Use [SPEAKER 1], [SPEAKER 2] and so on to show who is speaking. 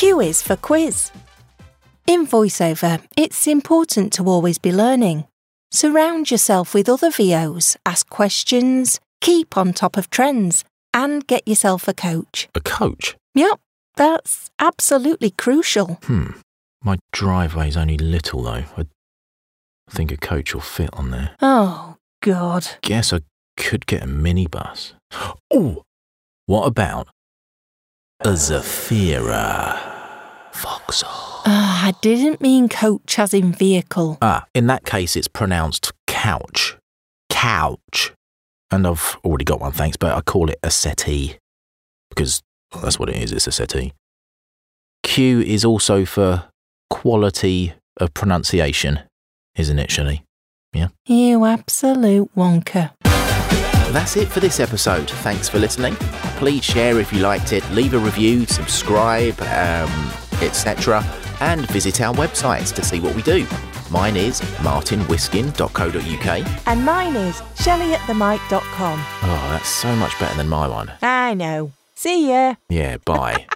[SPEAKER 1] Who is for quiz? In voiceover, it's important to always be learning. Surround yourself with other VOs, ask questions, keep on top of trends, and get yourself a coach.
[SPEAKER 2] A coach?
[SPEAKER 1] Yep, that's absolutely crucial.
[SPEAKER 2] Hmm. My driveway's only little, though. I think a coach will fit on there.
[SPEAKER 1] Oh, God.
[SPEAKER 2] Guess I could get a minibus. Oh, what about a Zafira Vauxhall?
[SPEAKER 1] Ah, I didn't mean coach as in vehicle.
[SPEAKER 2] Ah, in that case, it's pronounced couch. Couch. And I've already got one, thanks, but I call it a settee because that's what it is. It's a settee. Q is also for quality of pronunciation, isn't it, Shelley?
[SPEAKER 1] You absolute wonker.
[SPEAKER 3] That's it for this episode. Thanks for listening. Please share if you liked it, leave a review, subscribe, um, etc. And visit our websites to see what we do. Mine is martinwhiskin.co.uk.
[SPEAKER 1] And mine is shelleyatthemic.com.
[SPEAKER 3] Oh, that's so much better than my one.
[SPEAKER 1] I know. See ya.
[SPEAKER 3] Yeah, bye.